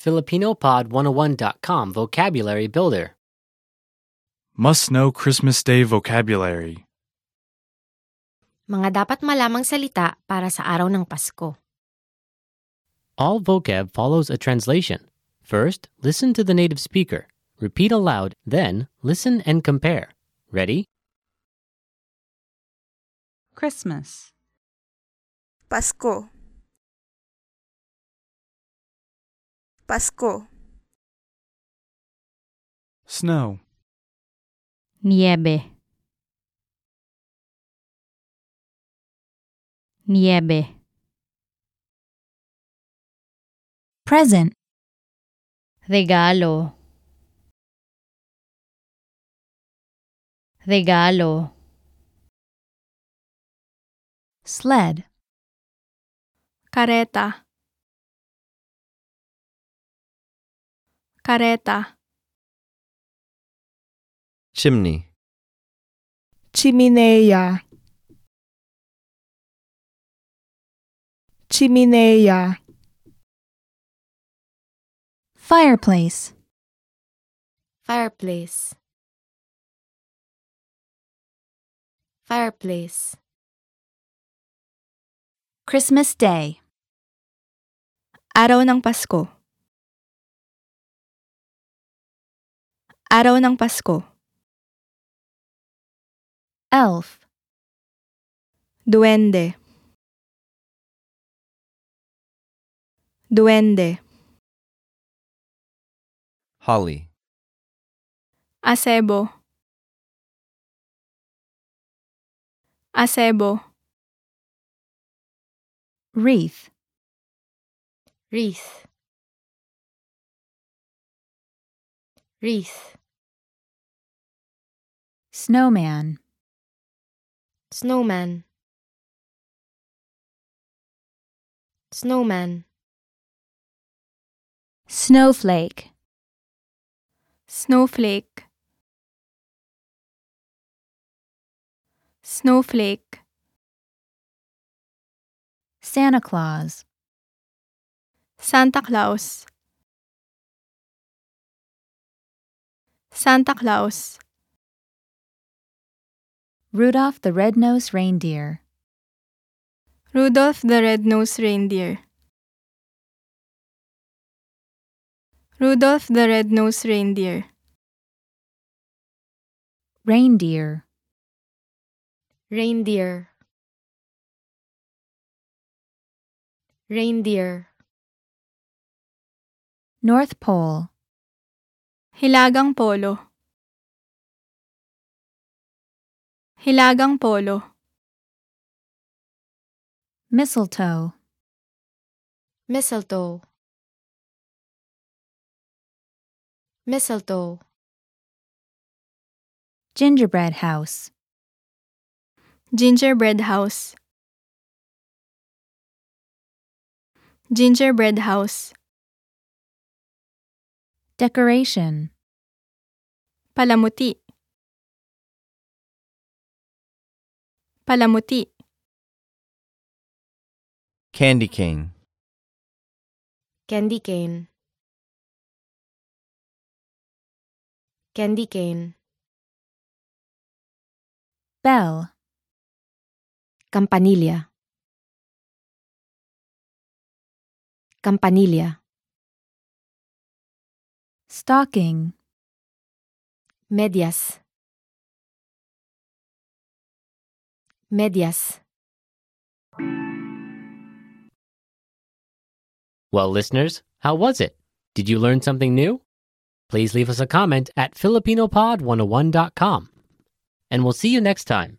FilipinoPod101.com Vocabulary Builder. Must know Christmas Day vocabulary. Mga dapat malamang salita para sa araw ng Pasko. All vocab follows a translation. First, listen to the native speaker. Repeat aloud, then, listen and compare. Ready? Christmas, Pasko. Pasko. Snow. Nieve. Nieve. Present. Regalo. Regalo. Sled. Careta. Careta. chimney, Chimineya. Chimineya. Fireplace. Fireplace. Fireplace. Christmas Day. Araw ng Pasko. Araw ng Pasko. Elf. Duende. Duende. holly, Acebo. Acebo. Wreath. Wreath. Wreath. Snowman. Snowman. Snowman. Snowflake. Snowflake. Snowflake. Santa Claus. Santa Claus. Santa Claus. Rudolph the Red-Nosed Reindeer. Rudolph the Red-Nosed Reindeer. Rudolph the Red-Nosed Reindeer. Reindeer. Reindeer. Reindeer. North Pole. Hilagang Polo. Hilagang Polo. Mistletoe. Mistletoe. Mistletoe. Gingerbread House. Gingerbread House. Gingerbread House. Decoration. Palamuti. Palamuti. candy cane, Candy cane. Candy cane. Bell. Campanilla. Campanilla. Stocking. Medias. Medias. Well, listeners, how was it? Did you learn something new? oh Please leave us a comment at FilipinoPod101.com. And we'll see you next time.